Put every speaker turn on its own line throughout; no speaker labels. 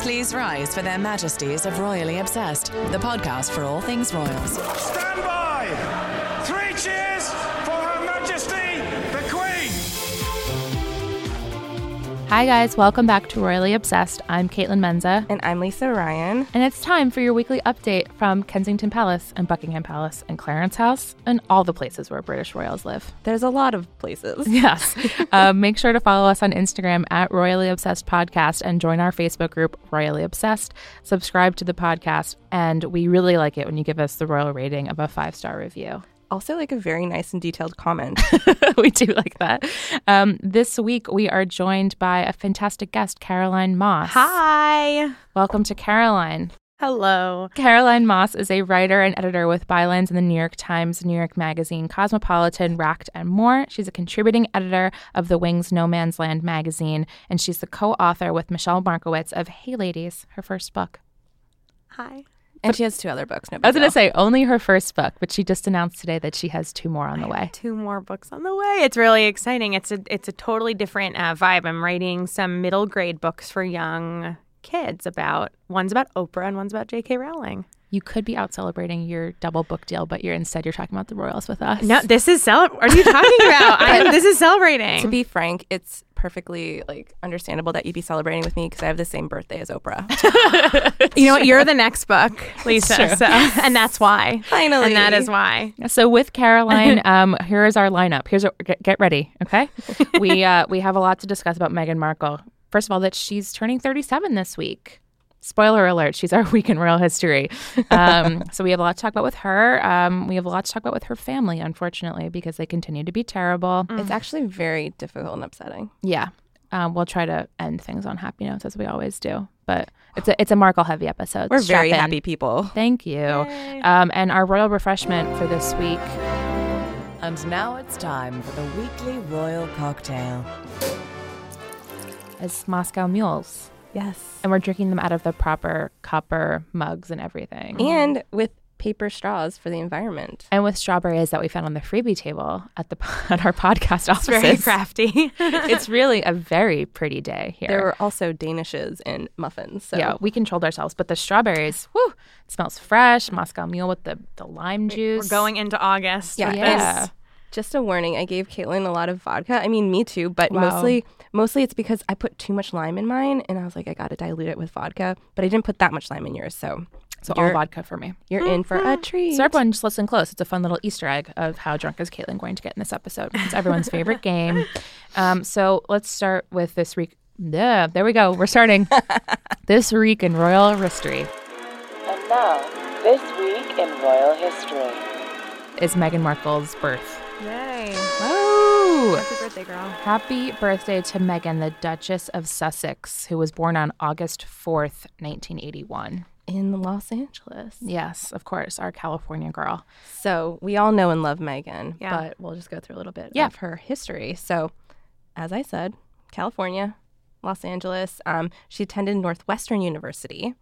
Please rise for their majesties of Royally Obsessed, the podcast for all things royals.
Stand by! Three cheers for Her Majesty the Queen!
Hi, guys. Welcome back to Royally Obsessed. I'm Caitlin Menza,
And I'm Lisa Ryan.
and it's time for your weekly update from Kensington Palace and Buckingham Palace and Clarence House and all the places where British royals live.
There's a lot of places.
Yes. um, make sure to follow us on Instagram at Royally Obsessed Podcast and join our Facebook group, Royally Obsessed. Subscribe to the podcast, and we really like it when you give us the royal rating of a five star review.
Also, like a very nice and detailed comment.
we do like that. Um, this week, we are joined by a fantastic guest, Caroline Moss.
Hi.
Welcome to Caroline.
Hello.
Caroline Moss is a writer and editor with bylines in the New York Times, New York Magazine, Cosmopolitan, Racked, and more. She's a contributing editor of the Wings No Man's Land magazine, and she's the co author with Michelle Markowitz of Hey Ladies, her first book.
Hi.
and she has two other books. No
I was
big
going to
deal.
say only her first book, but she just announced today that she has two more on the way.
Two more books on the way. It's really exciting. It's a it's a totally different uh, vibe. I'm writing some middle grade books for young kids about one's about Oprah and one's about J.K. Rowling.
You could be out celebrating your double book deal, but you're instead you're talking about the Royals with us.
No, this is cel. What are you talking about? I'm, this is
To
celebrating.
be frank, it's perfectly like understandable that you'd be celebrating with me because I have the same birthday as Oprah.
you know what? You're the next book, Lisa. So, and that's why.
Finally.
And that is why.
So with Caroline, um, here is our lineup. Here's a, get, get ready, okay? we uh, we have a lot to discuss about Meghan Markle. First of all, that she's turning 37 this week. Spoiler alert: She's our week in royal history. Um, so we have a lot to talk about with her. Um, we have a lot to talk about with her family, unfortunately, because they continue to be terrible.
It's actually very difficult and upsetting.
Yeah, um, we'll try to end things on happy notes as we always do. But it's a it's a Markle heavy episode.
We're
Strap
very
in.
happy people.
Thank you. Um, and our royal refreshment for this week.
And now it's time for the weekly royal cocktail.
is Moscow mules.
Yes.
And we're drinking them out of the proper copper mugs and everything.
And with paper straws for the environment.
And with strawberries that we found on the freebie table at the at our podcast offices.
Very crafty.
it's really a very pretty day here.
There were also danishes and muffins. So
yeah, we controlled ourselves, but the strawberries, whew, it smells fresh. Moscow mule with the, the lime juice.
We're going into August.
Yeah,
with
Yeah.
this.
Just a warning, I gave Caitlin a lot of vodka. I mean, me too, but
Wow.
mostly mostly it's because I put too much lime in mine and I was like, I gotta dilute it with vodka. But I didn't put that much lime in yours, so
So all
you're,
vodka for me.
you're in for
Mm-hmm.
a treat.
So everyone, just listen close. It's a fun little Easter egg of how drunk is Caitlin going to get in this episode. It's everyone's favorite game. Um, so let's start with this week. Yeah, there we go. We're starting this week in royal history.
And now, this week in royal history.
Is Meghan Markle's birth.
Yay.
Oh,
Happy birthday, girl.
happy birthday to Meghan, the Duchess of Sussex, who was born on August fourth, nineteen eighty-one.
in Los Angeles.
Yes, of course, our California girl.
So we all know and love Megan,
Yeah.
but we'll just go through a little bit
Yeah.
of her history. So, as I said, California, Los Angeles. Um, she attended Northwestern University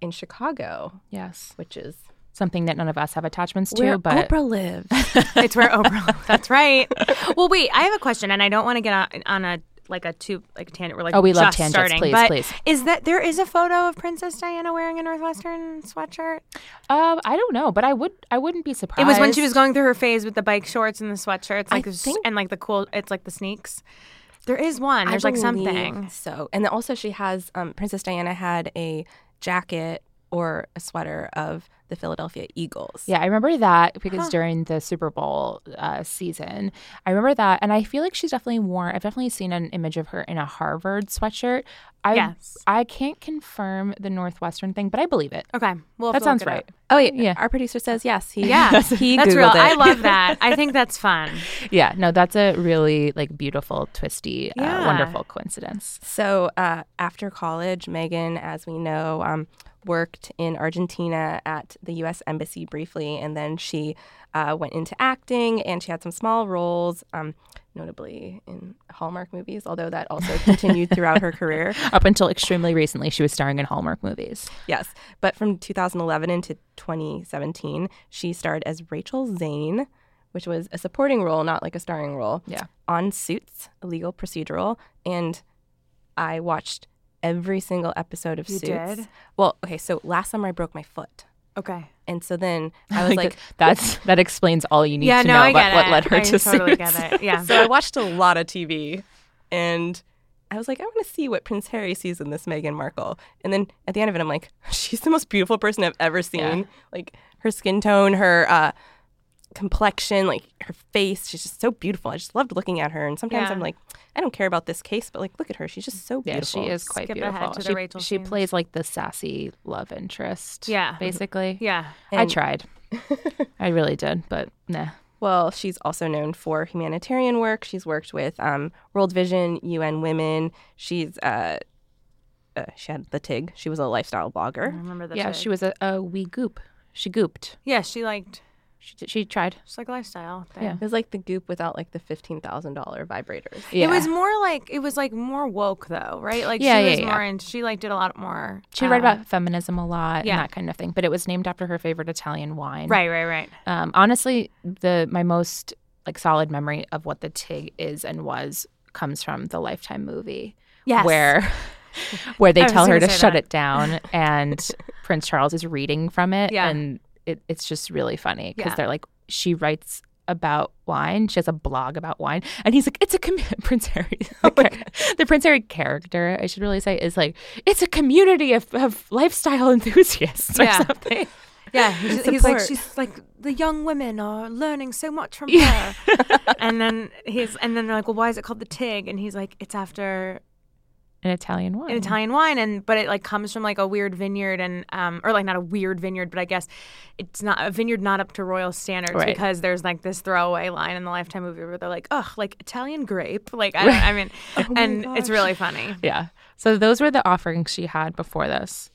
in Chicago,
Yes,
which is
something that none of us have attachments to,
where
but
Oprah lives.
It's where Oprah. That's right. Well, wait. I have a question, and I don't want to get on, on a like a two like a tangent. We're like
Oh, we love
just
tangents.
Starting,
Please,
but
please.
Is that there is a photo of Princess Diana wearing a Northwestern sweatshirt?
um, I don't know. But I would, I wouldn't be surprised.
It was when she was going through her phase with the bike shorts and the sweatshirts, like s-
think-
and like the cool. It's like the sneaks. There is one. There's
I
like
believe
something.
So, and then also she has um, Princess Diana had a jacket or a sweater of the Philadelphia Eagles.
Yeah, I remember
Uh-huh.
that because during the Super Bowl uh, season, I remember that, and I feel like she's definitely worn. I've definitely seen an image of her in a Harvard sweatshirt. I,
Yes.
I can't confirm the Northwestern thing, but I believe it.
Okay. Well,
that sounds right.
Oh wait,
Yeah.
yeah. Our producer says yes. He
Yeah,
he
that's
googled
real.
it.
I love that. I think that's fun.
Yeah, no, that's a really like beautiful, twisty, uh,
Yeah.
wonderful coincidence.
So uh, after college, Megan, as we know, um, worked in Argentina at the U.S. Embassy briefly, and then she uh, went into acting, and she had some small roles, um, notably in Hallmark movies, although that also continued throughout her career.
Up until extremely recently, she was starring in Hallmark movies.
Yes, but from 2011 into 2017, she starred as Rachel Zane, which was a supporting role, not like a starring role.
Yeah.
On Suits, a legal procedural, and I watched every single episode of
You
Suits.
did?
Well, okay, so last summer I broke my foot.
Okay.
And so then I was like,
that's that explains all you need to know about what led her to
totally
Suits.
get it. Yeah.
so I watched a lot of TV and I was like, I want to see what Prince Harry sees in this Meghan Markle. And then at the end of it, I'm like, she's the most beautiful person I've ever seen. Like her skin tone, her uh, complexion, like her face. She's just so beautiful. I just loved looking at her. And sometimes
Yeah.
I'm like, I don't care about this case, but like, look at her. She's just so
Yeah,
beautiful.
she is quite
Skip ahead
beautiful.
to the
she,
Rachel
she
scenes.
plays like the sassy love interest.
Yeah.
basically.
yeah.
I
And-
tried. I really did, but nah.
Well, she's also known for humanitarian work. She's worked with um, World Vision, UN Women. She's uh, uh, she had the TIG. She was a lifestyle blogger.
I remember that.
yeah, she was a, a wee goop. She gooped.
Yeah, she liked
She d- she tried.
just like lifestyle. Thing.
Yeah.
It was like the goop without like the fifteen thousand dollar vibrators.
Yeah.
It was more like it was like more woke though, right? Like
Yeah,
she
yeah,
was
yeah.
more and she like did a lot more.
she
um,
read about feminism a lot
yeah.
and that kind of thing, but it was named after her favorite Italian wine.
Right, right, right.
Um, honestly, the my most like solid memory of what the TIG is and was comes from the Lifetime movie.
Yes.
Where where
I
they
was
tell her to
gonna say
shut
that.
it down and Prince Charles is reading from it
Yeah.
and it, it's just really funny because
Yeah.
they're like she writes about wine. She has a blog about wine, and he's like, "It's a com- Prince Harry." The, char- the Prince Harry character, I should really say, is like, "It's a community of, of lifestyle enthusiasts or
Yeah.
something."
Yeah, he's, he's like
Support.
she's like the young women are learning so much from her. and then he's and then they're like, well, why is it called the Tig? And he's like, it's after
An Italian wine.
an Italian wine, and but it like comes from like a weird vineyard, and um, or like not a weird vineyard, but I guess it's not a vineyard not up to royal standards
Right.
because there's like this throwaway line in the Lifetime movie where they're like, oh, like Italian grape, like I, don't, I mean, and it's really funny.
Yeah. So those were the offerings she had before this.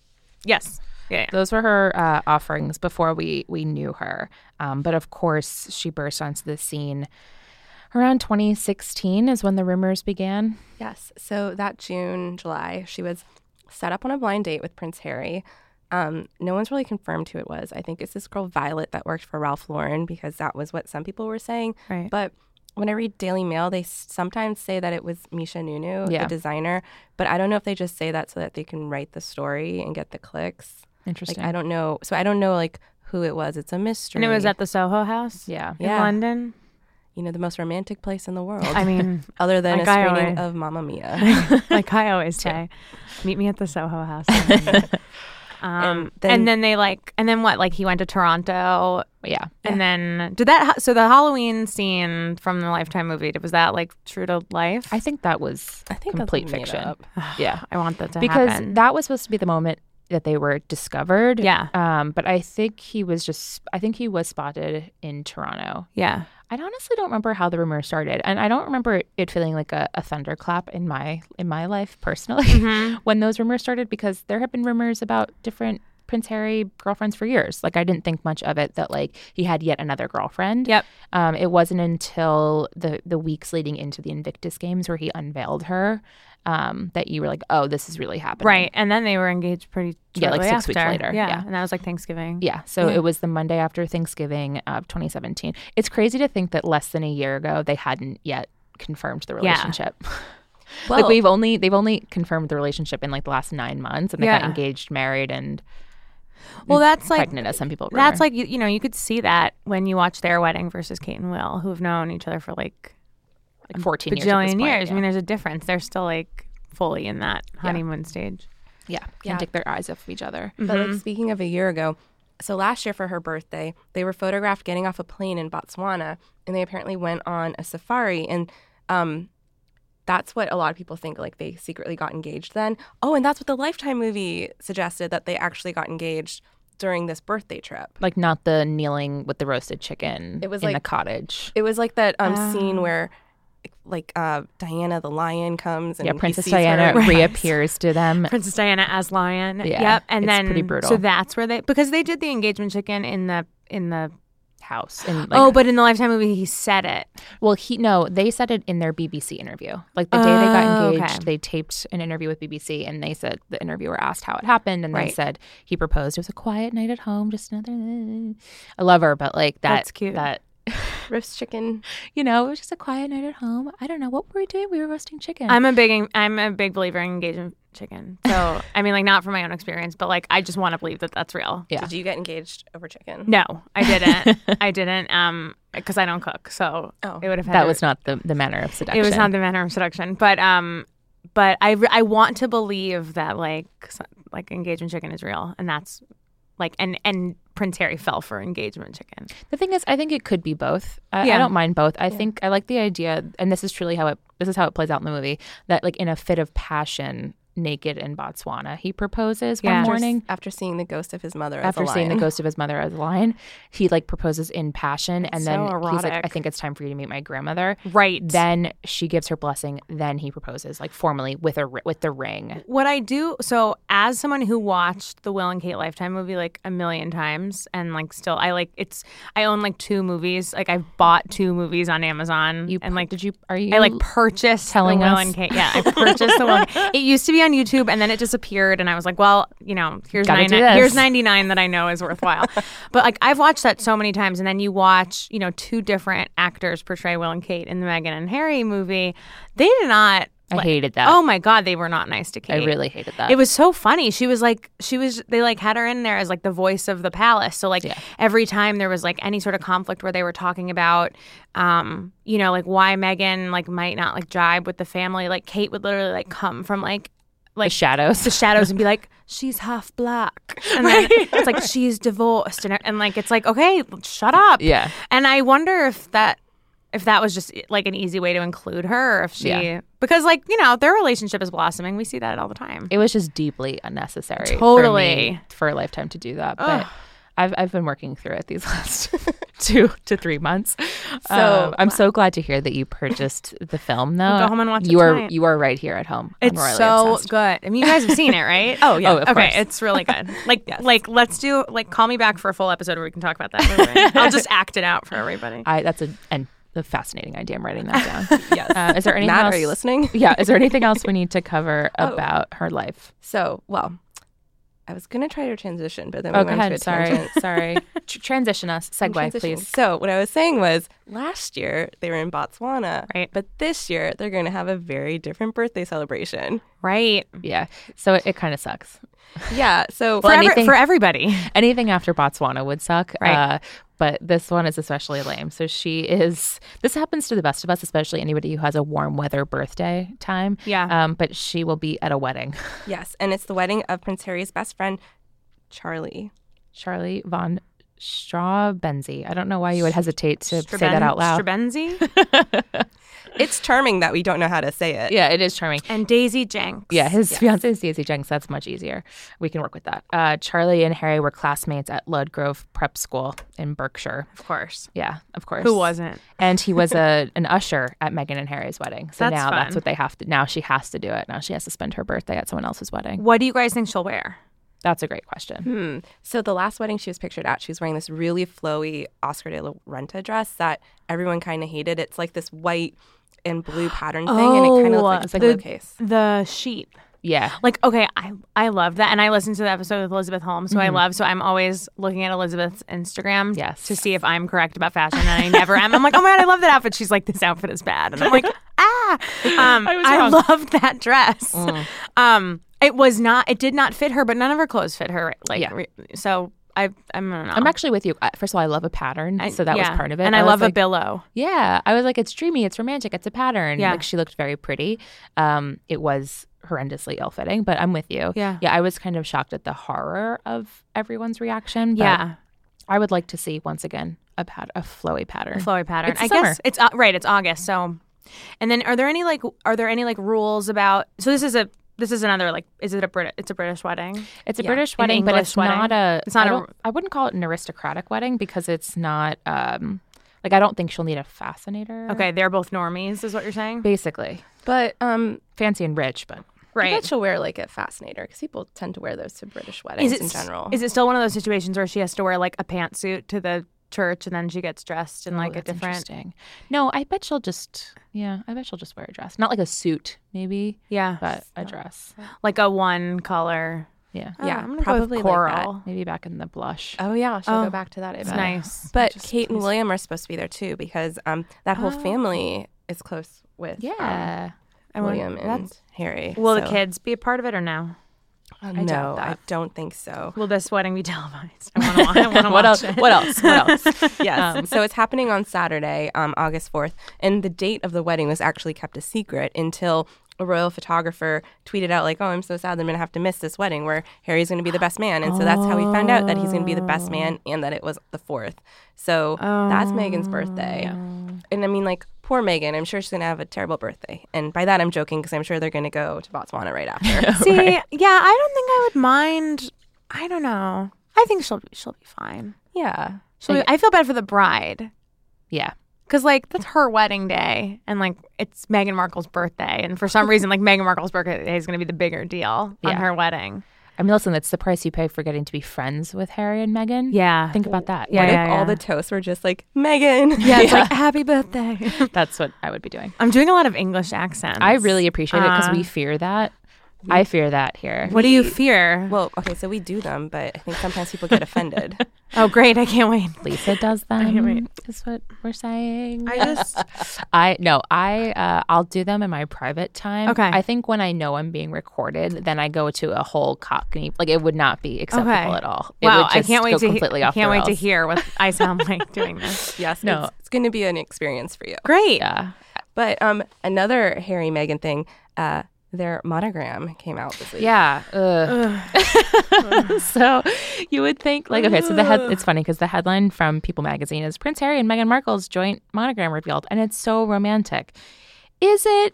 Yes, yeah, yeah.
Those were her uh, offerings before we we knew her. Um, but of course, she burst onto the scene around 2016 is when the rumors began.
Yes. So that June, July, she was set up on a blind date with Prince Harry. Um, no one's really confirmed who it was. I think it's this girl Violet that worked for Ralph Lauren because that was what some people were saying.
Right.
But when I read Daily Mail, they s- sometimes say that it was Misha Nunu,
Yeah.
the designer. But I don't know if they just say that so that they can write the story and get the clicks. Like
Interesting.
I don't know. So I don't know like who it was. It's a mystery.
and it was at the Soho House,
yeah.
in
Yeah.
London.
you know the most romantic place in the world.
I mean,
other than
Like
a
I
screening
always-
of Mamma Mia.
like I always say, meet me at the Soho House. um, and, then,
then-
they like, and then what? Like he went to Toronto,
Yeah.
and then did that. ha- So the Halloween scene from the Lifetime movie was that like true to life?
I think that was
I think that's
complete
made
fiction.
up.
Yeah.
I want that to
Because
happen.
that was supposed to be the moment that they were discovered.
Yeah.
Um, but I think he was just I think he was spotted in Toronto.
yeah,
I honestly don't remember how the rumor started, and I don't remember it feeling like a, a thunderclap in my in my life personally
Mm-hmm.
when those rumors started because there have been rumors about different Prince Harry girlfriends for years. Like I didn't think much of it that like he had yet another girlfriend.
Yep.
Um, it wasn't until the the weeks leading into the Invictus Games where he unveiled her um, that you were like, oh, this is really happening.
right. And then they were engaged pretty.
Yeah, like
shortly
six weeks
after.
later.
Yeah.
Yeah.
and that was like Thanksgiving.
Yeah. So it was the Monday after Thanksgiving of 2017. It's crazy to think that less than a year ago they hadn't yet confirmed the
Yeah.
relationship. like we've only they've only confirmed the relationship in like the last nine months, and they got
Yeah.
engaged, married, and
Well, that's like
Mm-hmm. pregnant, as some people. Remember.
that's like you, you know you could see that when you watch their wedding versus Kate and Will, who have known each other for like
14 years. at this
bajillion
point,
years.
Yeah.
I mean, there's a difference. They're still like fully in that honeymoon stage.
yeah, can't take their eyes off of each other.
Mm.
But like speaking of a year ago, so last year for her birthday, they were photographed getting off a plane in Botswana, and they apparently went on a safari, and um, that's what a lot of people think. Like they secretly got engaged then. Oh, and that's what the Lifetime movie suggested that they actually got engaged during this birthday trip.
Like not the kneeling with the roasted chicken.
It was
in a
like-
cottage.
It was like that um,
Ah.
scene where, like uh, Diana the lion comes and
yeah,
he
Princess
sees her.
Diana reappears to them.
Princess Diana as lion.
Yeah,
Yep. And
it's
then
pretty brutal.
So that's where they because they did the engagement chicken in the in the
House and like,
oh, but in the Lifetime movie he said it.
Well, he no, they said it in their BBC interview. Like the day they got
Oh,
engaged,
okay.
they taped an interview with BBC, and they said the interviewer asked how it happened, and they
Right.
said he proposed. It was a quiet night at home, just another. I love her, but like that.
That's cute.
That
roast chicken.
You know, it was just a quiet night at home. I don't know what were we doing. We were roasting chicken.
I'm a big I'm a big believer in engaging chicken. So I mean, like not from my own experience, but like I just want to believe that that's real.
Yeah.
Did you get engaged over chicken?
No, I didn't. I didn't. Um, because I don't cook, so
Oh.
it would have had
that
to-
was not the the manner of seduction.
it was not the manner of seduction, but um, but I re- I want to believe that like s- like engagement chicken is real, and that's like and and Prince Harry fell for engagement chicken.
The thing is, I think it could be both. I, I
Yeah.
don't mind both. I think I like the idea, and this is truly how it. This is how it plays out in the movie. That like in a fit of passion, naked in Botswana, he proposes
Yeah.
one
After
morning.
After seeing the ghost of his mother
After
as a
seeing the
lion.
ghost of his mother as a lion, he like proposes in passion, and
so
then he's like,
erotic.
"I think it's time for you to meet my grandmother."
Right.
Then she gives her blessing. Then he proposes, like formally with a ri- with the ring.
What I do so as someone who watched the Will and Kate Lifetime movie like a million times and like still I like it's I own like two movies. Like I've bought two movies on Amazon.
You
and
pu-
like
did you are you
I like purchased
telling
the Will
us?
and Kate. Yeah, I purchased the one. It used to be on YouTube and then it disappeared and I was like, well, you know, here's
Gotta
nine,
do this.
here's 99 that I know is worthwhile. but like I've watched that so many times and then you watch, you know, two different actors portray Will and Kate in the Meghan and Harry movie. They did not
I
like,
hated that.
Oh my god, they were not nice to Kate.
I really hated that.
It was so funny. She was like, she was, they like had her in there as like the voice of the palace. So, like, every time there was like any sort of conflict where they were talking about, um, you know, like why Megan like might not like jibe with the family, like Kate would literally like come from like,
the
like
shadows.
the shadows and be like, she's half black. And then it's like, she's divorced. And, and like, it's like, okay, shut up.
Yeah.
And I wonder if that, if that was just like an easy way to include her, or if she,
Yeah.
because like, you know, their relationship is blossoming. We see that all the time.
it was just deeply unnecessary. for me
Totally.
for, a lifetime to do that. But I've I've been working through it these last two to three months. So I'm so glad to hear that you purchased the film. Though
go home and watch it
you are
tonight.
you are right here at home. on
It's
Royally
so
Obsessed.
good. I mean, you guys have seen it, right? oh
yeah. Oh, of
okay,
course.
it's really good. Like, like let's do like call me back for a full episode where we can talk about that. Movie. I'll just act it out for everybody.
I that's a and a fascinating idea. I'm writing that down. yes. Uh, is there anything
Matt,
else?
are you listening?
Yeah. Is there anything else we need to cover
Oh.
about her life?
So, well, I was going to try to transition, but then we
Oh, go
went
ahead.
into a
Sorry.
tangent.
Sorry. Tr- transition us. Segue,
Transition.
please.
So, what I was saying was last year they were in Botswana,
Right.
But this year they're going to have a very different birthday celebration.
Right.
Yeah. So it, it kind of sucks.
Yeah. So,
for,
Well,
every-
anything-
for everybody.
anything after Botswana would suck.
Right.
Uh, but this one is especially lame. So she is. This happens to the best of us, especially anybody who has a warm weather birthday time.
Yeah.
Um, but she will be at a wedding.
yes. And it's the wedding of Prince Harry's best friend, Charlie.
Charlie von Strabenzi. I don't know why you would hesitate to say that
Straben-
out loud.
Strabenzi
It's charming that we don't know how to say it.
yeah, it is charming.
and Daisy Jenks.
Yeah, his fiance is Daisy Jenks. That's much easier. We can work with that. Uh, Charlie and Harry were classmates at Ludgrove Prep School in Berkshire.
of course.
Yeah, of course.
Who wasn't?
and he was a an usher at Meghan and Harry's wedding. So
That's
now that's
fun.
what they have to. Now she has to do it. Now she has to spend her birthday at someone else's wedding.
What do you guys think she'll wear?
That's a great question.
Hmm. So the last wedding she was pictured at, she was wearing this really flowy Oscar de la Renta dress that everyone kind of hated. It's like this white and blue pattern thing, and it kind of looks
Oh,
like a pillowcase.
The sheet.
Yeah,
Like okay, I I love that, and I listened to the episode with Elizabeth Holmes, who I love. So I'm always looking at Elizabeth's Instagram
Mm-hmm. Yes.
to see if I'm correct about fashion, and I never am. I'm like, oh my god, I love that outfit. She's like, this outfit is bad, and I'm like, ah, um, I,
was wrong. Mm.
love that dress. Um, it was not, it did not fit her, but none of her clothes fit her. Like,
Yeah.
re- so I I'm I don't know.
I'm actually with you. Uh, First of all, I love a pattern,
I-
so that
yeah.
was part of it.
and I,
was
love a
like-
billow.
Yeah, I was like, it's dreamy, it's romantic, it's a pattern.
Yeah.
like she looked very pretty. Um, it was horrendously ill fitting, but I'm with you.
Yeah.
yeah, I was kind of shocked at the horror of everyone's reaction. But
Yeah,
I would like to see once again a pat a flowy pattern.
flowy pattern.
It's
I
summer.
guess it's uh, right. It's August, so. And then, are there any like are there any like rules about? So this is a this is another like is it a Brit? It's a British wedding.
It's a
Yeah,
British
an
wedding, but
English
it's
wedding.
not a.
It's not
I
a-
don't- I wouldn't call it an aristocratic wedding because it's not. um Like I don't think she'll need a fascinator.
Okay, they're both normies, is what you're saying,
Basically,
But um,
fancy and rich, but
I bet
right?
she'll wear like a fascinator because people tend to wear those to British weddings
Is it
in general.
Is it still one of those situations where she has to wear like a pantsuit to the church and then she gets dressed in like a
Oh, that's
different?
interesting. No, I bet she'll just. Yeah, I bet she'll just wear a dress, not like a suit, maybe,
Yeah,
but a dress.
like a one color.
Yeah.
yeah,
I'm gonna go with
probably like that.
coral.
Maybe back in the blush.
Oh yeah, she'll
Oh,
go back to that. I
It's
bet.
nice.
But Kate and William are supposed to be there too because um, that whole family is close with um,
yeah.
I want-
William and
that's-
Harry.
Will the
so-
kids be a part of it or no?
Uh,
doubt
no, I
that.
don't think so.
Will this wedding be televised? I want to. I want to
what else?
watch it.
What else? What else?
Yes.
Um.
so it's happening on Saturday, um, August 4th. And the date of the wedding was actually kept a secret until a royal photographer tweeted out, like, oh, I'm so sad that I'm going to have to miss this wedding where Harry's going to be the best man. And so that's how we found out that he's going to be the best man
Oh.
and that it was the 4th. So that's Megan's birthday.
Oh.
And I mean, like, poor Megan. I'm sure she's going to have a terrible birthday. And by that, I'm joking because I'm sure they're going to go to Botswana right after.
See, yeah, I don't think I would mind. I don't know. I think she'll she'll be fine.
yeah.
She'll be, I feel bad for the bride
yeah.
because like that's her wedding day, and like it's Meghan Markle's birthday, and for some reason like Meghan Markle's birthday is going to be the bigger deal
Yeah.
on her wedding.
I mean, listen, that's the price you pay for getting to be friends with Harry and Meghan.
Yeah.
Think about that.
Yeah,
What
yeah,
if all
yeah.
the toasts were just like, Megan?
Yeah, it's like happy birthday.
That's what I would be doing.
I'm doing a lot of English accents.
I really appreciate it because
Uh,
we fear that. I fear that here.
What do you fear?
Well, okay, so we do them, but I think sometimes people get offended.
oh, great! I can't wait.
Lisa does
can't
them
wait.
is what we're saying.
I just
I no, I uh, I'll do them in my private time.
Okay.
I think when I know I'm being recorded, then I go to a whole cockney. Like it would not be acceptable
Okay.
at all. It
wow!
would
I
just
can't wait
go
to
completely
he- I
off the
can't wait to
rails.
hear what I sound like doing this.
yes,
No.
it's, it's going to be an experience for you.
Great.
Yeah.
But um, another Harry Meghan thing, uh, their monogram came out this week.
Yeah. Ugh. so you would think like okay, so the head it's funny because the headline from People magazine is Prince Harry and Meghan Markle's joint monogram revealed and it's so romantic. Is it?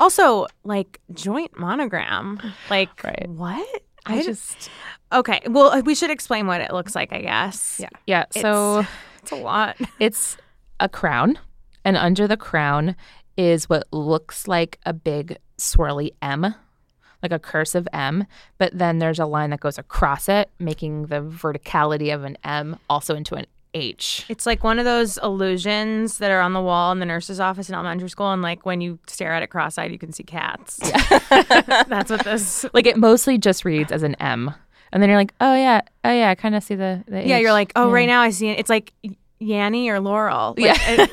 Also, like joint monogram. Like
Right.
what? I, just okay. Well, we should explain what it looks like. I guess. Yeah.
Yeah. So
It's a lot.
It's a crown, and under the crown is what looks like a big swirly M, like a cursive M, but then there's a line that goes across it, making the verticality of an M also into an H.
It's like one of those illusions that are on the wall in the nurse's office in elementary school, and like when you stare at it cross-eyed, you can see cats. That's what this.
Like it mostly just reads as an M. And then you're like, oh yeah, oh yeah, I kind of see the, the
Yeah,
H.
you're like, oh, right now I see it. It's like Yanny or Laurel. Like,
yeah.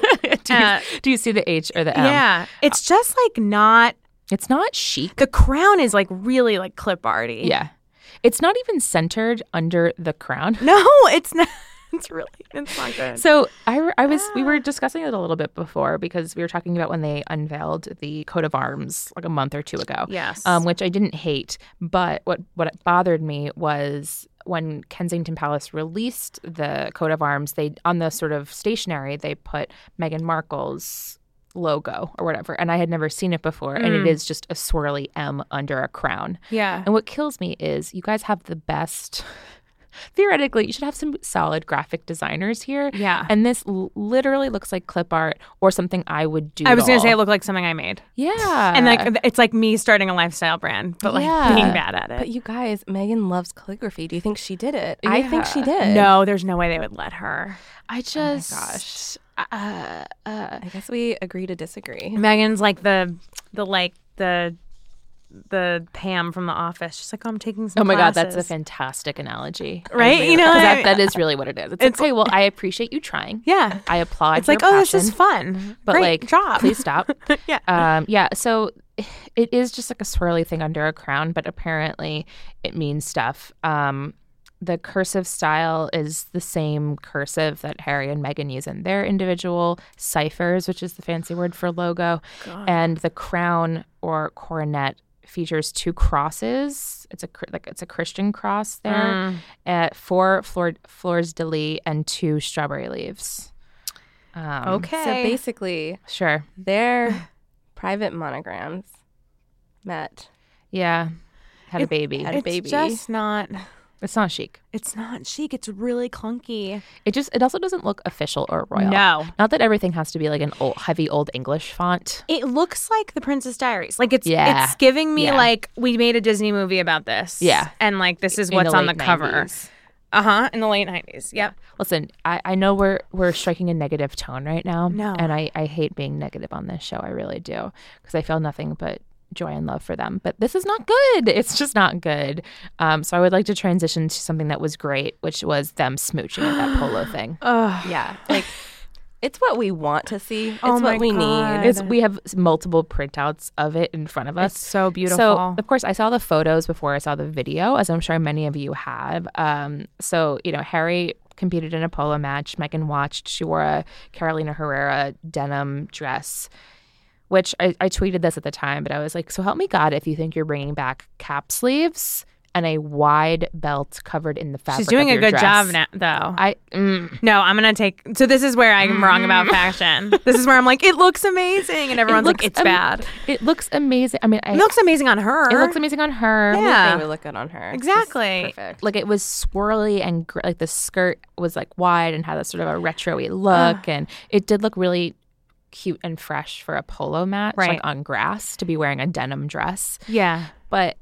do, you,
uh,
do you see the H or the M?
yeah. It's just like not.
It's not chic.
The crown is like really like clip arty.
Yeah. It's not even centered under the crown.
No, it's not. It's really. It's not good. Ah.
So I, I was we were discussing it a little bit before because we were talking about when they unveiled the coat of arms like a month or two ago.
Yes.
Um, which I didn't hate, but what what bothered me was when Kensington Palace released the coat of arms. They on the sort of stationery they put Meghan Markle's logo or whatever, and I had never seen it before, and
Mm.
it is just a swirly M under a crown.
yeah.
And what kills me is you guys have the best. Theoretically, you should have some solid graphic designers here.
Yeah.
And this l- literally looks like clip art or something I would do.
I was gonna say it looked like something I made,
yeah. Oh
and like it's like me starting a lifestyle brand, but like
Uh. Yeah.
being bad at
But
it.
you guys, Megan loves calligraphy. Do you think she did it? I think she did.
No, there's no way they would let her.
I just. Uh, uh,
I guess we agree to disagree.
Megan's like the the like the the Pam from The Office. She's like, oh, I'm taking some.
oh my God, that's a
classes.
fantastic analogy.
Right? You know,
'Cause
I-
that, that is really what it is. It's,
It's-
like, hey, well, I appreciate you trying.
Yeah.
I applaud.
It's like,
your
oh, this is
passion,
fun,
But
Great
like,
job.
please stop.
yeah.
um, yeah, so it is just like a swirly thing under a crown, but apparently it means stuff. Um, the cursive style is the same cursive that Harry and Meghan use in their individual ciphers, which is the fancy word for logo. And the crown or coronet features two crosses. It's a cr- like it's a Christian cross
Mm.
there, uh, four fleur- fleurs de lis and two strawberry leaves. Um,
okay.
So basically,
Sure.
their private monograms met.
Yeah. Had a baby.
had a
it's
baby.
just not.
It's not chic.
It's not chic. It's really clunky.
It just it also doesn't look official or royal.
No.
Not that everything has to be like an old, heavy old English font.
It looks like the Princess Diaries. Like it's
Yeah.
it's giving me
Yeah.
like we made a Disney movie about this.
Yeah.
And like this is
in
what's on the
late
cover.
90s.
Uh-huh. In the late nineties. Yep.
Listen, I, I know we're we're striking a negative tone right now.
No.
And I, I hate being negative on this show. I really do. Because I feel nothing but joy and love for them. But this is not good. It's just not good. Um, so I would like to transition to something that was great, which was them smooching at that polo thing.
Yeah. Like it's what we want to see. It's
Oh my
what we
God.
need.
It's, we have s- multiple printouts of it in front of us.
It's so
So,
beautiful.
of course, I saw the photos before I saw the video, as I'm sure many of you have. Um, so, you know, Harry competed in a polo match. Megan watched. She wore a Carolina Herrera denim dress, which I, I tweeted this at the time, but I was like, so help me God if you think you're bringing back cap sleeves and a wide belt covered in the fabric.
She's
of
doing a
your
good
dress.
job now, though.
I mm,
no, I'm gonna take. So this is where I'm wrong about fashion. this is where I'm like, it looks amazing, and everyone's like,
Mm-hmm. looks
it's
am-
bad.
It looks amazing. I mean, I,
It looks amazing on her.
it looks amazing on her.
Yeah.
They would look good on her. It's just
exactly.
Perfect.
like it was swirly and gr- like the skirt was like wide and had that sort of a retro-y look and it did look really cute and fresh for a polo match
Right.
like on grass to be wearing a denim dress
Yeah.
but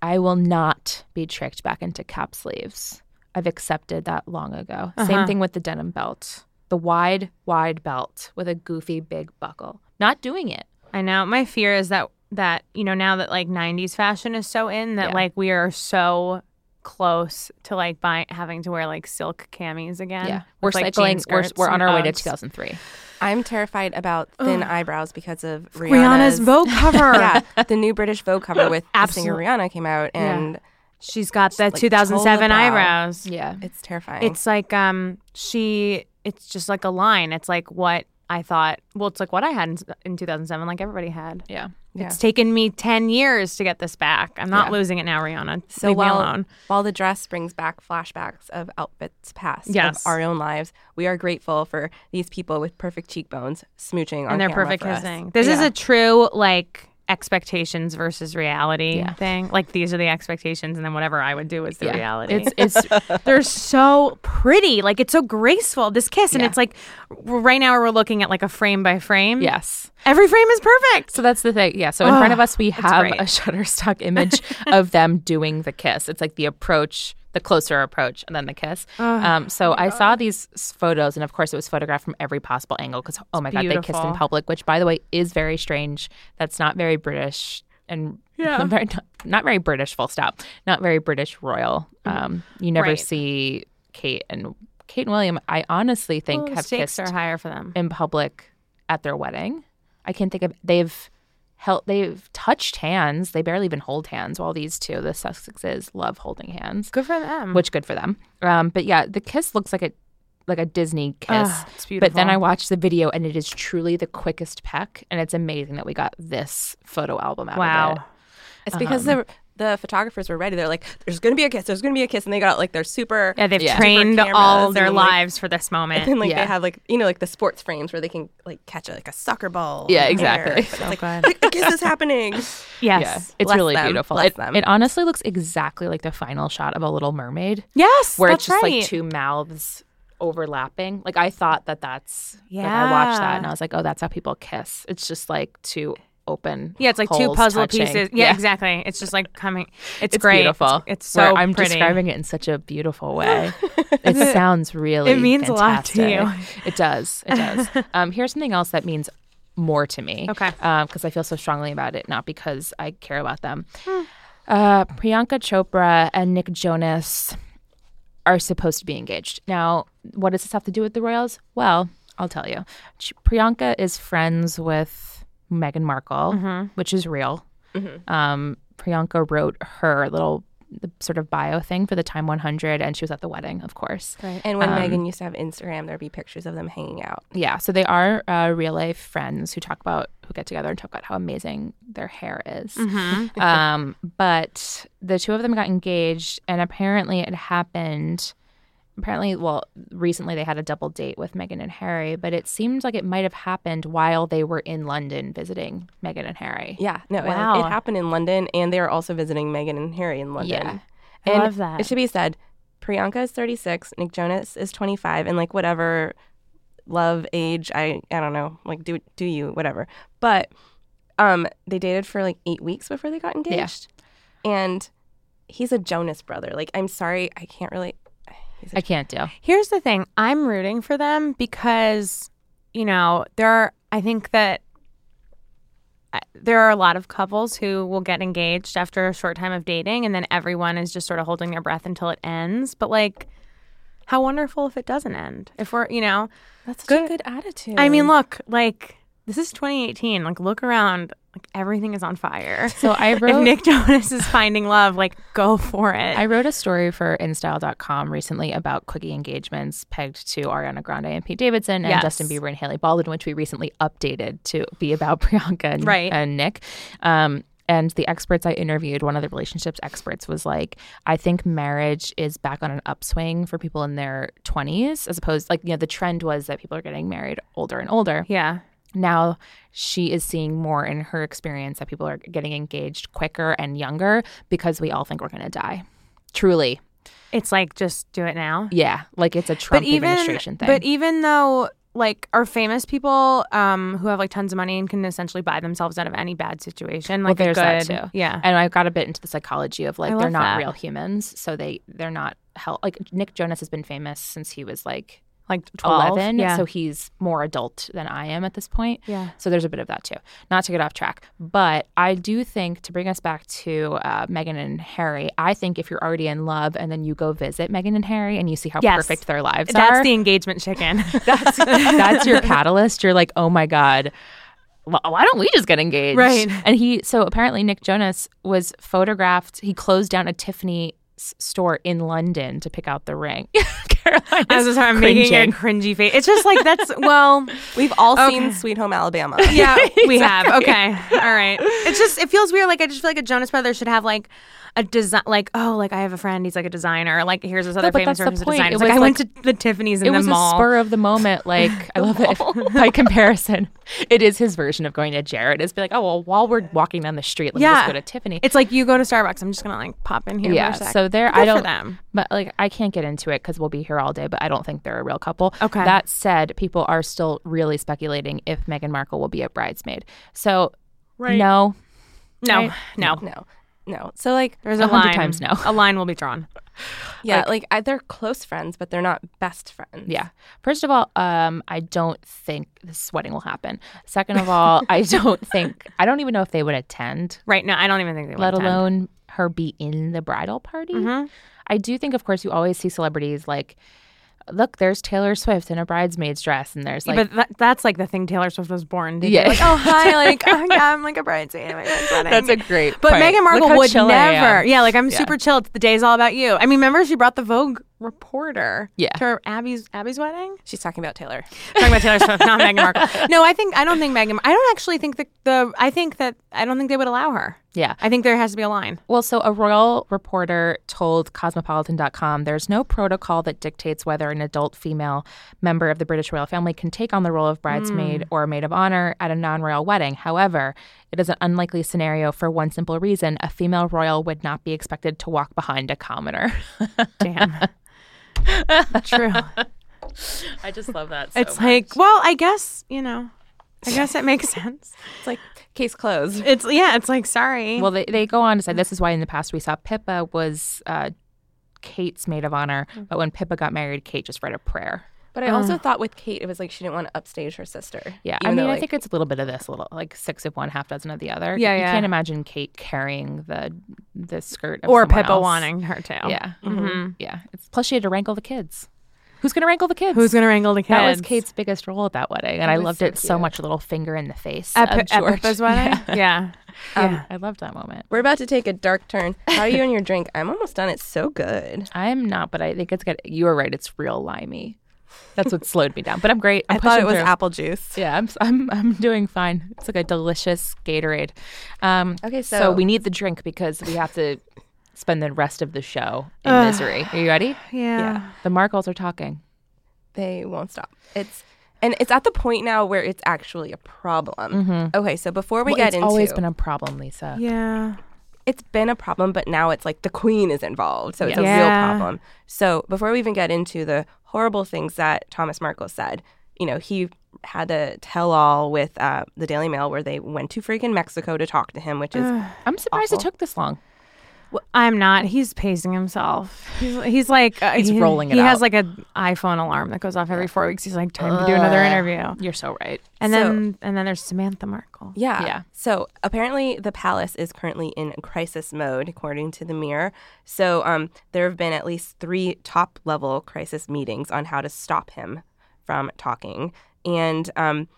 i will not be tricked back into cap sleeves i've accepted that long ago same
Uh-huh.
thing with the denim belt the wide wide belt with a goofy big buckle not doing it
I know. My fear is that that you know now that like '90s fashion is so in that
Yeah.
like we are so close to like buying having to wear like silk camis again.
yeah
with,
we're
like, jean
cycling we're,
skirts
we're on
and
our way to
hugs.
2003
I'm terrified about thin eyebrows because of Rihanna's,
Rihanna's Vogue cover.
yeah, the new British Vogue cover with the singer
Absolute-
Rihanna came out, and
She's got the
like,
2007
toe to brow.
eyebrows.
yeah
it's terrifying.
It's like um she it's just like a line. It's like what I thought. Well, it's like what I had in, in 2007 like everybody had.
yeah
Yeah.
It's taken me 10 years to get this back. I'm not losing it now, Rihanna.
so
Leave
while
me alone.
while the dress brings back flashbacks of outfits past,
Yes.
of our own lives, we are grateful for these people with perfect cheekbones smooching on
And they're
camera
perfect
for us.
kissing. This is
Yeah.
a true like expectations versus reality thing. Like these are the expectations and then whatever I would do is the
Yeah.
reality.
it's it's
They're so pretty. Like it's so graceful. This kiss and it's like right now we're looking at like a frame by frame.
yes
Every frame is perfect.
So that's the thing. Yeah. So in front of us, we have
Ah, great.
a Shutterstock image of them doing the kiss. It's like the approach, the closer approach, and then the kiss.
Ah,
um, so I saw these s- photos, and of course, it was photographed from every possible angle because, oh my God, they kissed in
beautiful.
public, which, by the way, is very strange. That's not very British and
Yeah.
very, not, not very British, full stop. Not very British royal. Um, you never
Mm-hmm. Right.
see Kate and Kate and William, I honestly think,
Well,
have
Oh, stakes
kissed
are higher for them.
in public at their wedding. I can't think of they've held they've touched hands. They barely even hold hands. While these two, the Sussexes, love holding hands,
Good for them.
which good for them. Um, but yeah, the kiss looks like a like a Disney kiss.
Ugh, Ah, it's
But then
beautiful.
I watched the video, and it is truly the quickest peck, and it's amazing that we got this photo album out
wow.
of it.
It's because
Uh-huh.
the the photographers were ready. They're like, "There's gonna be a kiss. There's gonna be a kiss," and they got like their super
Yeah, they've
Yeah.
trained
Super
all
cameras
their
and, like-
lives for this moment.
and like
Yeah.
they have like you know like the sports frames where they can like catch a, like a soccer ball.
Yeah,
in the air.
exactly.
But it's like,
Oh,
like, a kiss is happening.
Yes.
Yeah, it's
Bless
really
them.
beautiful.
Bless
It,
them.
it honestly looks exactly like the final shot of a Little Mermaid.
Yes.
where
that's
it's just
right.
like two mouths overlapping. Like I thought that that's yeah. Like I watched that and I
Yeah.
was like, oh, that's how people kiss. It's just like two open.
Yeah, it's like two
holes
puzzle
touching.
pieces. Yeah, exactly. It's just like coming. It's,
It's
great.
beautiful.
It's, it's so
Where I'm
pretty.
describing it in such a beautiful way. it sounds really.
it means a lot to you.
fantastic. It does. It does. um, here's something else that means more to me.
Okay.
Because I feel so strongly about it, not because I care about them.
Hmm.
Uh, Priyanka Chopra and Nick Jonas are supposed to be engaged. Now, what does this have to do with the royals? Well, I'll tell you. Ch- Priyanka is friends with Meghan Markle, which is real. Um, Priyanka wrote her little the sort of bio thing for the Time 100, and she was at the wedding, of course.
And when Megan used to have Instagram, there'd be pictures of them hanging out.
Yeah, so they are uh, real life friends who talk about who get together and talk about how amazing their hair is.
Mm-hmm.
um, but the two of them got engaged, and apparently it happened. Apparently, well, recently they had a double date with Meghan and Harry, but it seemed like it might have happened while they were in London visiting Meghan and Harry.
Yeah, no, it-
Wow.
it, happened in London, and they are also visiting Megan and Harry in London.
Yeah.
I
and
love that.
It should be said, Priyanka is 36, Nick Jonas is 25, and like whatever love age, I I don't know, like do do you whatever. But um, they dated for like eight weeks before they got engaged, and he's a Jonas brother. Like, I'm sorry, I can't really. He's a
I can't do.
Here's the thing I'm rooting for them because, you know, there are, I think that I- uh, there are a lot of couples who will get engaged after a short time of dating, and then everyone is just sort of holding their breath until it ends. But like, how wonderful if it doesn't end? If we're, you know,
That's such
Good-
a good attitude.
I mean, look, like this is 2018. Like, look around. Like everything is on fire.
So I
if
wrote
Nick Jonas is finding love, like go for it.
I wrote a story for InStyle.com recently about quickie engagements pegged to Ariana Grande and Pete Davidson and
Yes.
Justin Bieber and Haley Baldwin, which we recently updated to be about Priyanka and,
Right.
and Nick. Um, and the experts I interviewed, one of the relationships experts was like, I think marriage is back on an upswing for people in their 20s, as opposed, like, you know, the trend was that people are getting married older and older
yeah.
now she is seeing more in her experience that people are getting engaged quicker and younger because we all think we're going to die. Truly.
It's like just do it now.
Yeah. Like it's a Trump administration thing.
But e- even though like are famous people um who have like tons of money and can essentially buy themselves out of any bad situation.
well,
Like a
there's that
good-
too.
Yeah.
And I got a bit into the psychology of like
I
they're
love
not
that.
real humans. So they, they're not held. Like Nick Jonas has been famous since he was like
like 12.
11.
Yeah.
So he's more adult than I am at this point.
yeah.
So there's a bit of that too. Not to get off track, but I do think to bring us back to uh, Meghan and Harry, I think if you're already in love and then you go visit Meghan and Harry and you see how
Yes.
perfect their lives
That's
are,
the engagement chicken.
that's, that's your catalyst. You're like, oh my god. wh- Why don't we just get engaged?
Right.
And he, so apparently Nick Jonas was photographed. He closed down a Tiffany s- store in London to pick out the ring. Carolina's
I was sorry, I'm making a
cringing.
cringy face. It's just like that's well,
We've all seen Sweet Home Alabama.
Yeah, we have. Okay. All right. It's just it feels weird. Like I just feel like a Jonas brother should have like a design like, oh, like I have a friend, he's like a designer. Like here's this other
but
famous
that's the
person who's a
point.
designer.
It
It's like
was
I
like-
went to the Tiffany's in
it
the
was a
mall. Oh.
spur of the moment. Like I love it by comparison. It is his version of going to Jared. It's be like, oh well, while we're walking down the street, let's
Yeah.
go to Tiffany.
It's like you go to Starbucks. I'm just gonna like pop in here.
yeah.
For a sec.
So there,
Good
I
for
don't.
them.
But like, I can't get into it because we'll be here all day. But I don't think they're a real couple.
Okay.
That said, people are still really speculating if Meghan Markle will be a bridesmaid. So no,
No,
Right.
no.
No, no. So like,
There's a
100
line.
times no.
A line will be drawn.
yeah, like, I, they're close friends, but they're not best friends.
Yeah. First of all, um, I don't think this wedding will happen. Second of all, I don't think I don't even know if they would attend.
Right? No, I don't even think they would
let
attend.
alone her be in the bridal party.
Mm-hmm.
I do think, of course, you always see celebrities like, look, there's Taylor Swift in a bridesmaid's dress, and there's like,
but that, that's like the thing Taylor Swift was born to. do.
Yeah.
Like, oh hi, like oh, yeah, I'm like a bridesmaid. at my friend's wedding.
great.
But Meghan Markle would never.
Yeah.
Yeah, like I'm super chilled. The day's all about you. I mean, remember she brought the Vogue reporter
Yeah.
to her Abby's Abby's wedding.
she's talking about Taylor.
talking about Taylor Swift, not Meghan Markle. No, I think I don't think Meghan. I don't actually think that the. I think that I don't think they would allow her.
Yeah.
I think there has to be a line.
Well, so a royal reporter told Cosmopolitan.com there's no protocol that dictates whether an adult female member of the British royal family can take on the role of
Mm.
bridesmaid or maid of honor at a non royal wedding. However, it is an unlikely scenario for one simple reason a female royal would not be expected to walk behind a commoner.
Damn. True.
I just love that.
It's like, well, I guess you know. I guess it makes sense.
It's like case closed.
It's yeah. It's like sorry.
Well, they, they go on to say this is why in the past we saw Pippa was uh, Kate's maid of honor,
Mm-hmm.
but when Pippa got married, Kate just read a prayer.
But I also thought with Kate, it was like she didn't want to upstage her sister.
Oh. Yeah, I
even
mean,
though,
I
like-
think it's a little bit of this, a little like six of one, half dozen of the other.
Yeah,
you
yeah.
can't imagine Kate carrying the the skirt of
or
someone
Pippa
else.
wanting Mm-hmm. her to.
Yeah, Mm-hmm. yeah. It's, plus, she had to wrangle the kids. Who's gonna wrangle the kids?
Who's gonna wrangle the kids?
That was Kate's biggest role at that wedding, and I loved it so much. Little finger in the face
at,
of
Pi- at
George.
Pippa's wedding. Yeah.
Yeah, I loved that moment.
We're about to take a dark turn. How are you and your drink? I'm almost done. It's so good.
I'm not, but I think it's good. You were right. It's real limey. That's what slowed me down. But I'm great. I'm
I thought
pushing
it was
through.
apple juice.
Yeah, I'm, I'm I'm doing fine. It's like a delicious Gatorade. Um,
Okay,
so,
so-
we need the drink because we have to spend the rest of the show in misery. Are you ready?
yeah.
The Markles are talking.
They won't stop. It's and it's at the point now where it's actually a problem. Okay, so before
Mm-hmm.
we
Well,
get
it's
into
always been a problem, Lisa.
Yeah.
it's been a problem, but now it's like the queen is involved. So it's a real
Yeah.
problem. So before we even get into the horrible things that Thomas Markle said, you know, he had a tell all with uh, the Daily Mail where they went to freaking Mexico to talk to him, which is
I'm surprised it took this long.
I'm not. He's pacing himself. He's, he's like uh,
He's
he-
rolling it
He has
out.
like an iPhone alarm that goes off every four weeks. He's like time to do another interview.
You're Uh, so right.
And
So-
then and then there's Samantha Markle.
Yeah.
Yeah.
So apparently, the palace is currently in crisis mode, according to the Mirror. So um, there have been at least three top level crisis meetings on how to stop him from talking. And um,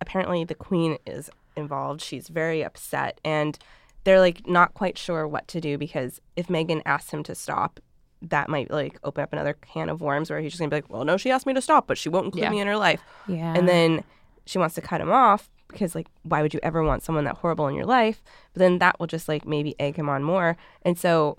apparently, the queen is involved. She's very upset. And they're like not quite sure what to do because if Megan asks him to stop, that might like open up another can of worms where he's just gonna be like, well, no, she asked me to stop, but she won't include
Yeah.
me in her life.
Yeah.
And then she wants to cut him off because, like, why would you ever want someone that horrible in your life? But then that will just, like, maybe egg him on more. And so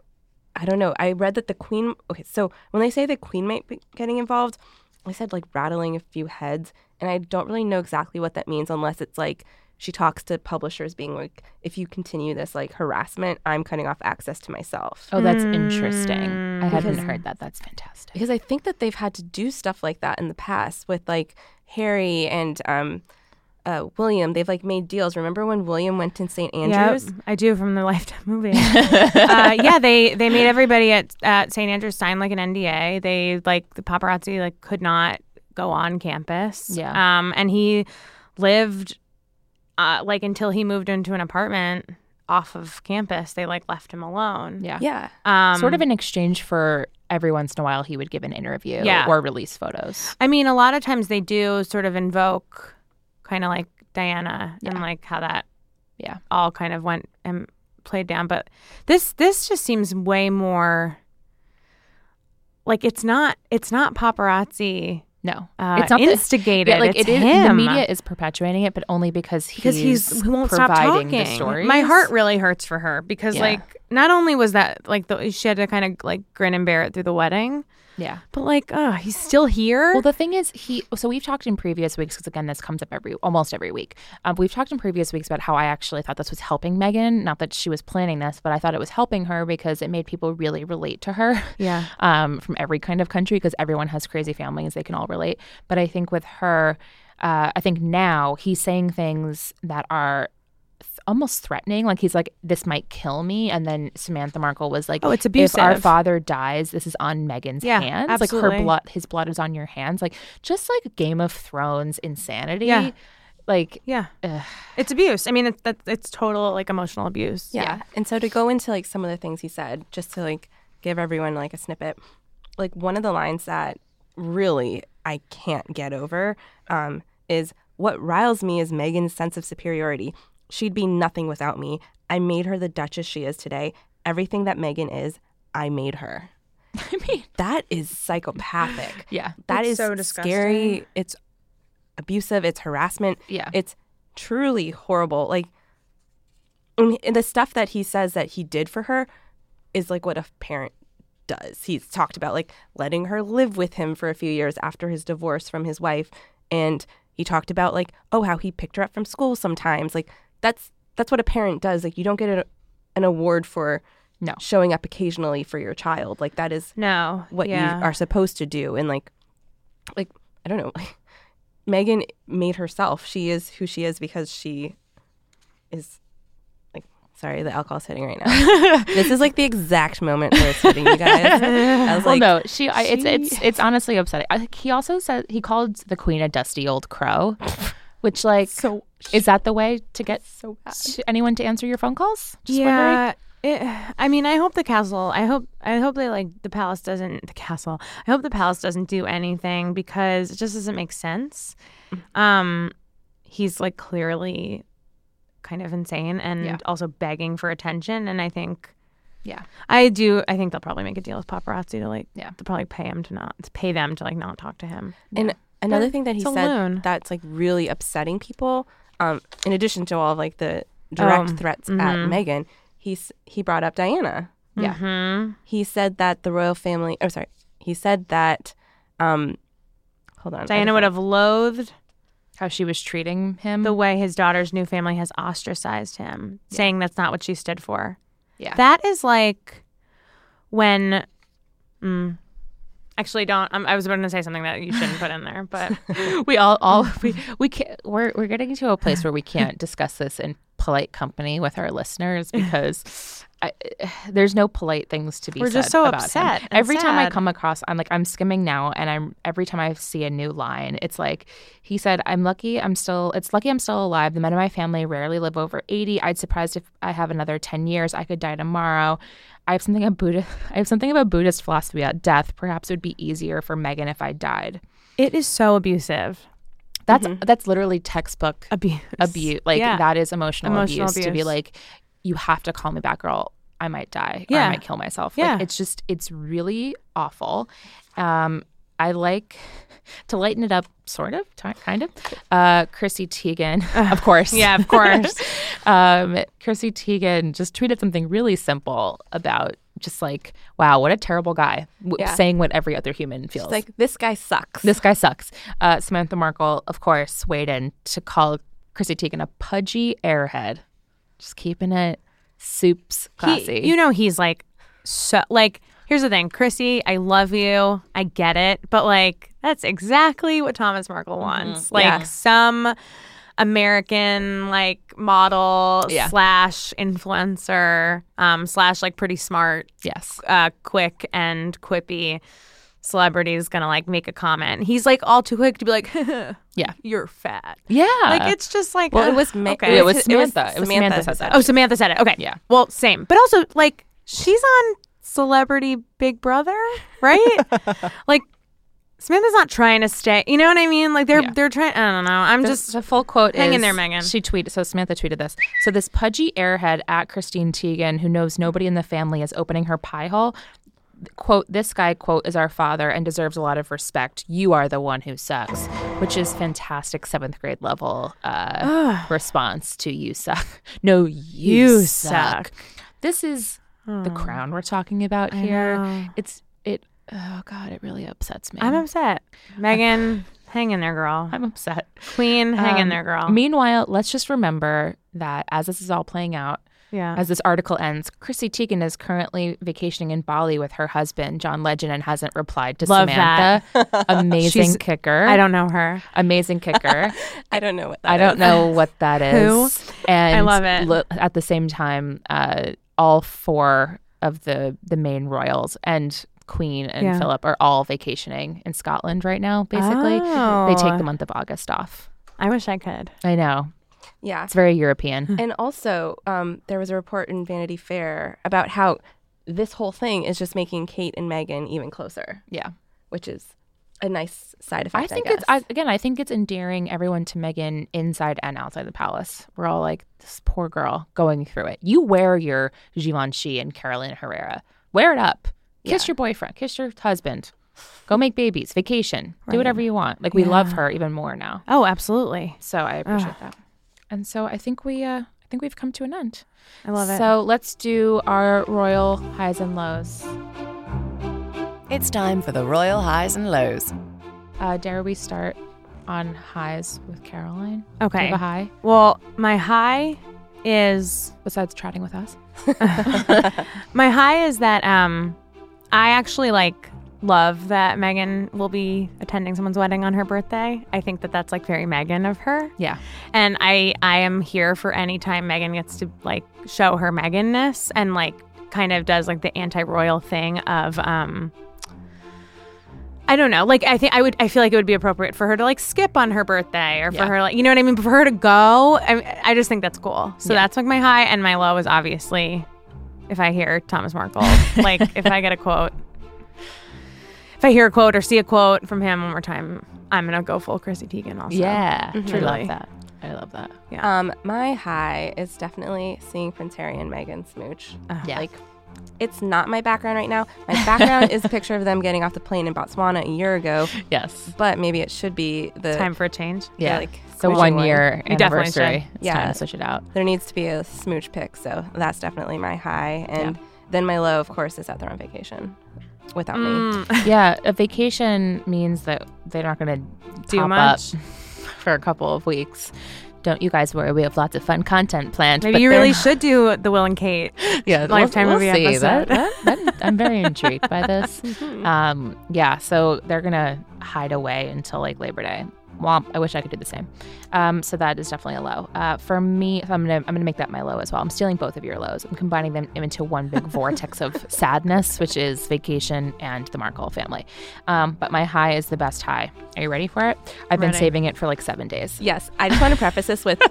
I don't know. I read that the queen, okay, so when they say the queen might be getting involved, they said, like, rattling a few heads. And I don't really know exactly what that means unless it's like, she talks to publishers being like, if you continue this like harassment, I'm cutting off access to myself.
Oh, that's interesting. I hadn't
Mm. Because-
heard that. That's fantastic.
because I think that they've had to do stuff like that in the past with like Harry and um, uh, William. They've like made deals. Remember when William went to St. Andrews?
Yep, I do from the Lifetime movie. uh, yeah, they they made everybody at at St. Andrews sign like an NDA. They like the paparazzi like could not go on campus.
Yeah.
um, and he lived uh, like until he moved into an apartment off of campus. They like left him alone.
Yeah.
Yeah.
Um,
sort of in exchange for every once in a while he would give an interview
Yeah.
or release photos.
I mean, a lot of times they do sort of invoke kind of like Diana and like how that
Yeah.
all kind of went and played down. But this this just seems way more like it's not it's not paparazzi.
No,
Uh,
it's not the-
instigated.
Yeah, like
it's
it is.
him.
The media is perpetuating it, but only because he's
because he's, he won't stop
providing the
talking.
stories.
My heart really hurts for her because
Yeah.
like not only was that like the, she had to kind of like grin and bear it through the wedding,
Yeah.
but like oh he's still here.
Well, the thing is, he. So we've talked in previous weeks because again, this comes up every almost every week. Um, we've talked in previous weeks about how I actually thought this was helping Megan. Not that she was planning this, but I thought it was helping her because it made people really relate to her.
Yeah.
Um, from every kind of country because everyone has crazy families; they can all relate. But I think with her, uh, I think now he's saying things that are. th- Almost threatening, like he's like, "This might kill me," and then Samantha Markle was like,
Oh, it's
If our
abusive.
father dies, this is on Megan's
Yeah,
hands. Like her
absolutely.
blood his blood is on your hands like just like game of thrones insanity
Yeah.
like
yeah.
ugh.
It's abuse. I mean, it's that it's total like emotional abuse.
Yeah. And so to go into like some of the things he said, just to like give everyone like a snippet, like one of the lines that really I can't get over um, is what riles me is Megan's sense of superiority. She'd be nothing without me. I made her the Duchess she is today. Everything that Megan is, I made her.
i mean
That is psychopathic.
yeah
That
It's
is
so
scary. It's abusive. It's harassment.
Yeah.
It's truly horrible. Like, and and the stuff that he says that he did for her is like what a parent does. He's talked about like letting her live with him for a few years after his divorce from his wife, and he talked about like oh how he picked her up from school sometimes. Like that's that's what a parent does. Like you don't get a, an award for
No.
showing up occasionally for your child. Like that is
No.
what
yeah.
you are supposed to do and like like i don't know megan made herself she is who she is because she is like sorry the alcohol's hitting right now this is like the exact moment where it's hitting you guys i was
well
like
no she, I, it's it's it's honestly upsetting I, think he also said he called the queen a dusty old crow which like so is that the way to get so anyone to answer your phone calls just wondering.
yeah. It, I mean, I hope the castle. I hope. I hope they like the palace doesn't the castle. I hope the palace doesn't do anything because it just doesn't make sense.
Mm-hmm.
Um, he's like clearly kind of insane and
Yeah.
also begging for attention. And I think
yeah
I do. I think they'll probably make a deal with paparazzi to like.
Yeah.
They'll probably pay him to not to pay them to like not talk to him.
And another thing that he
It's a
said
loon.
that's like really upsetting people, um, in addition to all of like the direct
Um,
threats at Megan, he's he brought up Diana.
Yeah.
He said that the royal family. Oh, sorry. He said that. Um, hold on. I
Diana
just-
would have loathed
how she was treating him
the way his daughter's new family has ostracized him, saying that's not what she stood for.
Yeah.
That is like when. mm, actually, don't. Um, I was about to say something that you shouldn't put in there, but
we all all we we can't we're, we're getting to a place where we can't discuss this in polite company with our listeners because I, there's no polite things to be.
We're
said
just so
about him.
upset and
Every time I
sad.
come across, I'm like I'm skimming now, and I'm every time I see a new line, it's like he said, "I'm lucky. I'm still. It's lucky I'm still alive. The men in my family rarely live over 80. I'd surprised if I have another 10 years. I could die tomorrow." I have something of Buddha. I have something of a Buddhist philosophy about death. Perhaps it would be easier for Megan if I died.
It is so abusive.
That's that's literally textbook
Mm-hmm. Abuse.
abuse. Like
Yeah.
that is emotional,
Emotional
abuse, to be
abuse.
like, you have to call me back, girl. I might die. Or I
Yeah.
might kill myself.
Yeah.
Like, it's just it's really awful. Um, I like to lighten it up, sort of, ti- kind of. Uh, Chrissy Teigen, of course.
Yeah, of course.
um, Chrissy Teigen just tweeted something really simple about just like, wow, what a terrible guy, w-
Yeah.
saying what every other human feels.
It's like this guy sucks.
This guy sucks. Uh, Samantha Markle, of course, weighed in to call Chrissy Teigen a pudgy airhead. Just keeping it soups classy.
He- you know, he's like, so like. Here's the thing, Chrissy. I love you. I get it, but like, that's exactly what Thomas Markle wants. Like
Mm-hmm. Yeah.
some American like model
Yeah.
slash influencer um, slash like pretty smart
yes.
uh, quick and quippy celebrity is gonna like make a comment. He's like all too quick to be like,
Yeah.
you're fat."
Yeah.
Like it's just like
Uh, Well, it
ugh,
was Ma-
okay.
it was
it was
Samantha. It was Samantha,
Samantha
said
who
that.
oh Samantha said it. Okay,
Yeah.
Well, same, but also like she's on Celebrity Big Brother, right? like Samantha's not trying to stay. You know what I mean? Like they're
Yeah.
they're trying. I don't know. I'm
The-
just
the full quote
hang in
is-
there, Megan.
She tweeted so Samantha tweeted this. So this pudgy airhead at Christine Teigen, who knows nobody in the family, is opening her pie hole. Quote, this guy, quote, is our father and deserves a lot of respect. You are the one who sucks, which is fantastic seventh grade level uh, response to you suck. No, you,
You
suck.
suck.
This is the crown we're talking about here.
know.
It's, it, oh God, it really upsets me.
I'm upset. Megan, hang in there, girl.
I'm upset.
Queen, hang in
Um,
there, girl.
Meanwhile, let's just remember that as this is all playing out,
yeah.
as this article ends, Chrissy Teigen is currently vacationing in Bali with her husband, John Legend, and hasn't replied to
Love that.
Samantha. Amazing
She's-
kicker.
I don't know her.
Amazing kicker.
Oh, I don't know what that
I don't know what that
Who?
is. And
I love it.
lo- at the same time, uh, all four of the the main royals and Queen and
Yeah.
Philip are all vacationing in Scotland right now. Basically, they take
Oh.
the month of August off.
I wish I could.
I know
Yeah.
it's very European.
And also, um, there was a report in Vanity Fair about how this whole thing is just making Kate and Megan even closer,
Yeah.
which is a nice side effect.
I think it's
guess.
I, again. I think it's endearing everyone to Megan inside and outside the palace. We're all like this poor girl going through it. You wear your Givenchy and Carolina Herrera. Wear it up. Kiss your boyfriend. Kiss your husband. Go make babies. Vacation. Do whatever you want. Like we love her even more now.
Oh, absolutely.
So I appreciate that. And so I think we uh, I think we've come to an end.
I love it.
So let's do our royal highs and lows.
It's time for the Royal Highs and Lows.
Uh, dare we start on highs with Caroline? Do you
Okay.
have a high
Well, my high is
besides chatting with us.
my high is that um I actually like love that Megan will be attending someone's wedding on her birthday. I think that that's like very Megan of her.
Yeah.
And I I am here for any time Megan gets to like show her Meganness and like kind of does like the anti-royal thing of um I don't know. Like I think I would I feel like it would be appropriate for her to like skip on her birthday or for
Yeah.
her like you know what I mean, but for her to go. I I just think that's cool. So that's like my high and my low is obviously if I hear Thomas Markle, like if I get a quote. If I hear a quote or see a quote from him one more time, I'm gonna go full Chrissy Teigen also.
Yeah, Mhm. I love
Really.
that. I love that.
Um, my high is definitely seeing Prince Harry and Meghan smooch.
yeah.
Like, it's not my background right now. My background is a picture of them getting off the plane in Botswana a year ago,
Yes.
but maybe it should be the
Time for a change.
Yeah.
like,
so
smooching
one
one.
year
You definitely
anniversary. It's
Yeah.
time to switch it out.
There needs to be a smooch pick, so that's definitely my high. And then my low, of course, is that they're on vacation without me.
yeah, a vacation means that they're not going to
Do
top
much.
up for a couple of weeks. Don't you guys worry. We have lots of fun content planned.
Maybe
but
you
they're
really
not-
should do the Will and Kate.
yeah,
Lifetime
we'll,
movie
we'll see. That-
episode. Mm-hmm.
that- that- I'm very intrigued by this. Um, yeah, so they're gonna hide away until like Labor Day, Womp. I wish I could do the same. Um, so that is definitely a low. Uh, for me, so I'm gonna I'm gonna make that my low as well. I'm stealing both of your lows. I'm combining them into one big vortex of sadness, which is vacation and the Markle family. Um, but my high is the best high. Are you ready for it? I've been saving it for like seven days.
Yes, I just want to preface this with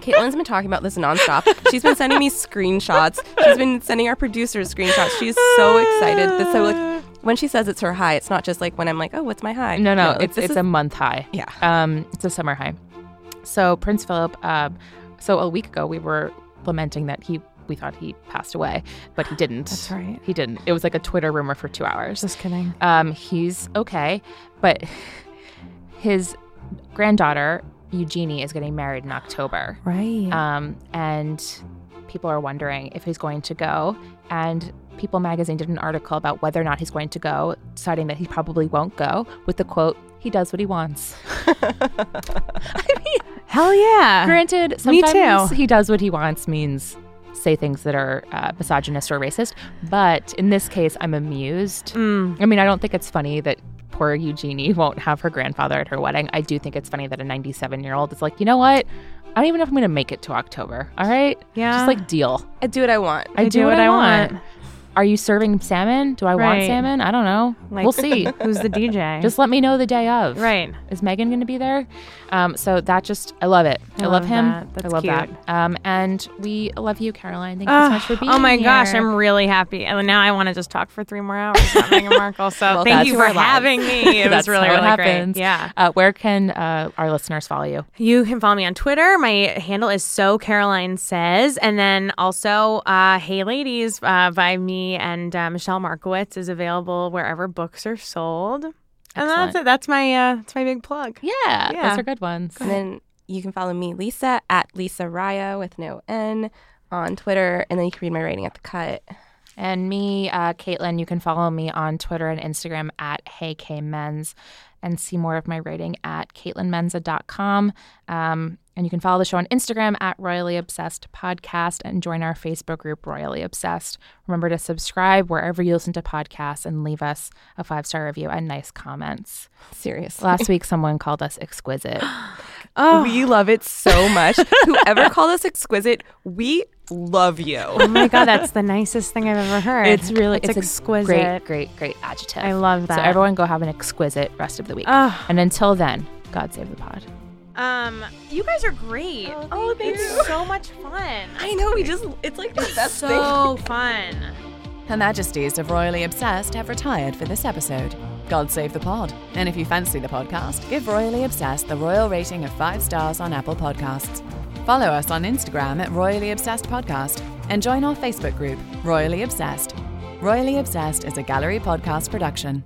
Caitlin's been talking about this nonstop. She's been sending me screenshots. She's been sending our producers screenshots. She's so excited. That's so like when she says it's her high, it's not just like when I'm like, oh, what's my high?
No, no,
like,
it's
this
it's
is-
a month high.
Yeah.
um, it's a summer high. So Prince Philip, um, so a week ago we were lamenting that he we thought he passed away, but he didn't. That's
right.
He didn't. It was like a Twitter rumor for two hours.
Just kidding.
Um, he's okay, but his granddaughter Eugenie is getting married in October.
Right.
Um, and people are wondering if he's going to go. And People magazine did an article about whether or not he's going to go, deciding that he probably won't go, with the quote, he does what he wants.
Hell yeah.
Granted,
Me too.
sometimes he does what he wants means say things that are uh, misogynist or racist. But in this case, I'm amused. I mean, I don't think it's funny that poor Eugenie won't have her grandfather at her wedding. I do think it's funny that a 97 year old is like, you know what? I don't even know if I'm going to make it to October. All right.
Yeah.
Just like deal.
I do what I want.
I, do, what I want. Are you serving salmon? Do I want
Right.
salmon? I don't know.
Like-
we'll see.
Who's the DJ?
Just let me know the day of.
right.
Is Megan going to be there? Um, so that just, I love it. I, love,
love
him.
that. That's
I love
cute.
that. Um, and we love you, Caroline. Thank you so
Ugh.
much for being
oh my gosh,
here.
I'm really happy. And now I want to just talk for three more hours about Meghan Markle. So
Well,
thank
that's
you
who
for
we're live.
having me. It was
That's
really,
how it
really
happens.
great. Yeah.
Uh, where can uh, our listeners follow you?
You can follow me on Twitter. My handle is so Caroline says, and then also uh, Hey Ladies uh, by me and uh, Michelle Markowitz is available wherever books are sold. And
Excellent.
that's it. That's my uh, that's my big plug.
Yeah,
Yeah.
those are good ones.
And then you can follow me, Lisa, at Lisa Raya with no N on Twitter. And then you can read my rating at the cut.
And me, uh, Caitlin, you can follow me on Twitter and Instagram at HeyKMens and see more of my writing at CaitlinMenza.com. Um, and you can follow the show on Instagram at Royally Obsessed Podcast and join our Facebook group, Royally Obsessed. Remember to subscribe wherever you listen to podcasts and leave us a five star review and nice comments.
Seriously.
Last week, someone called us exquisite.
We Oh, love it so much. Whoever called us exquisite, we love you.
Oh my god, that's the nicest thing I've ever heard.
It's really
it's,
a
exquisite.
great, great, great adjective.
I love that.
So everyone go have an exquisite rest of the week.
Ugh.
And until then, God save the pod.
Um, you guys are great. Oh, thank it's so much fun.
I know, we just, it's like the best thing.
So fun.
Her Majesties of Royally Obsessed have retired for this episode. God save the pod. And if you fancy the podcast, give Royally Obsessed the royal rating of five stars on Apple Podcasts. Follow us on Instagram at Royally Obsessed Podcast and join our Facebook group, Royally Obsessed. Royally Obsessed is a gallery podcast production.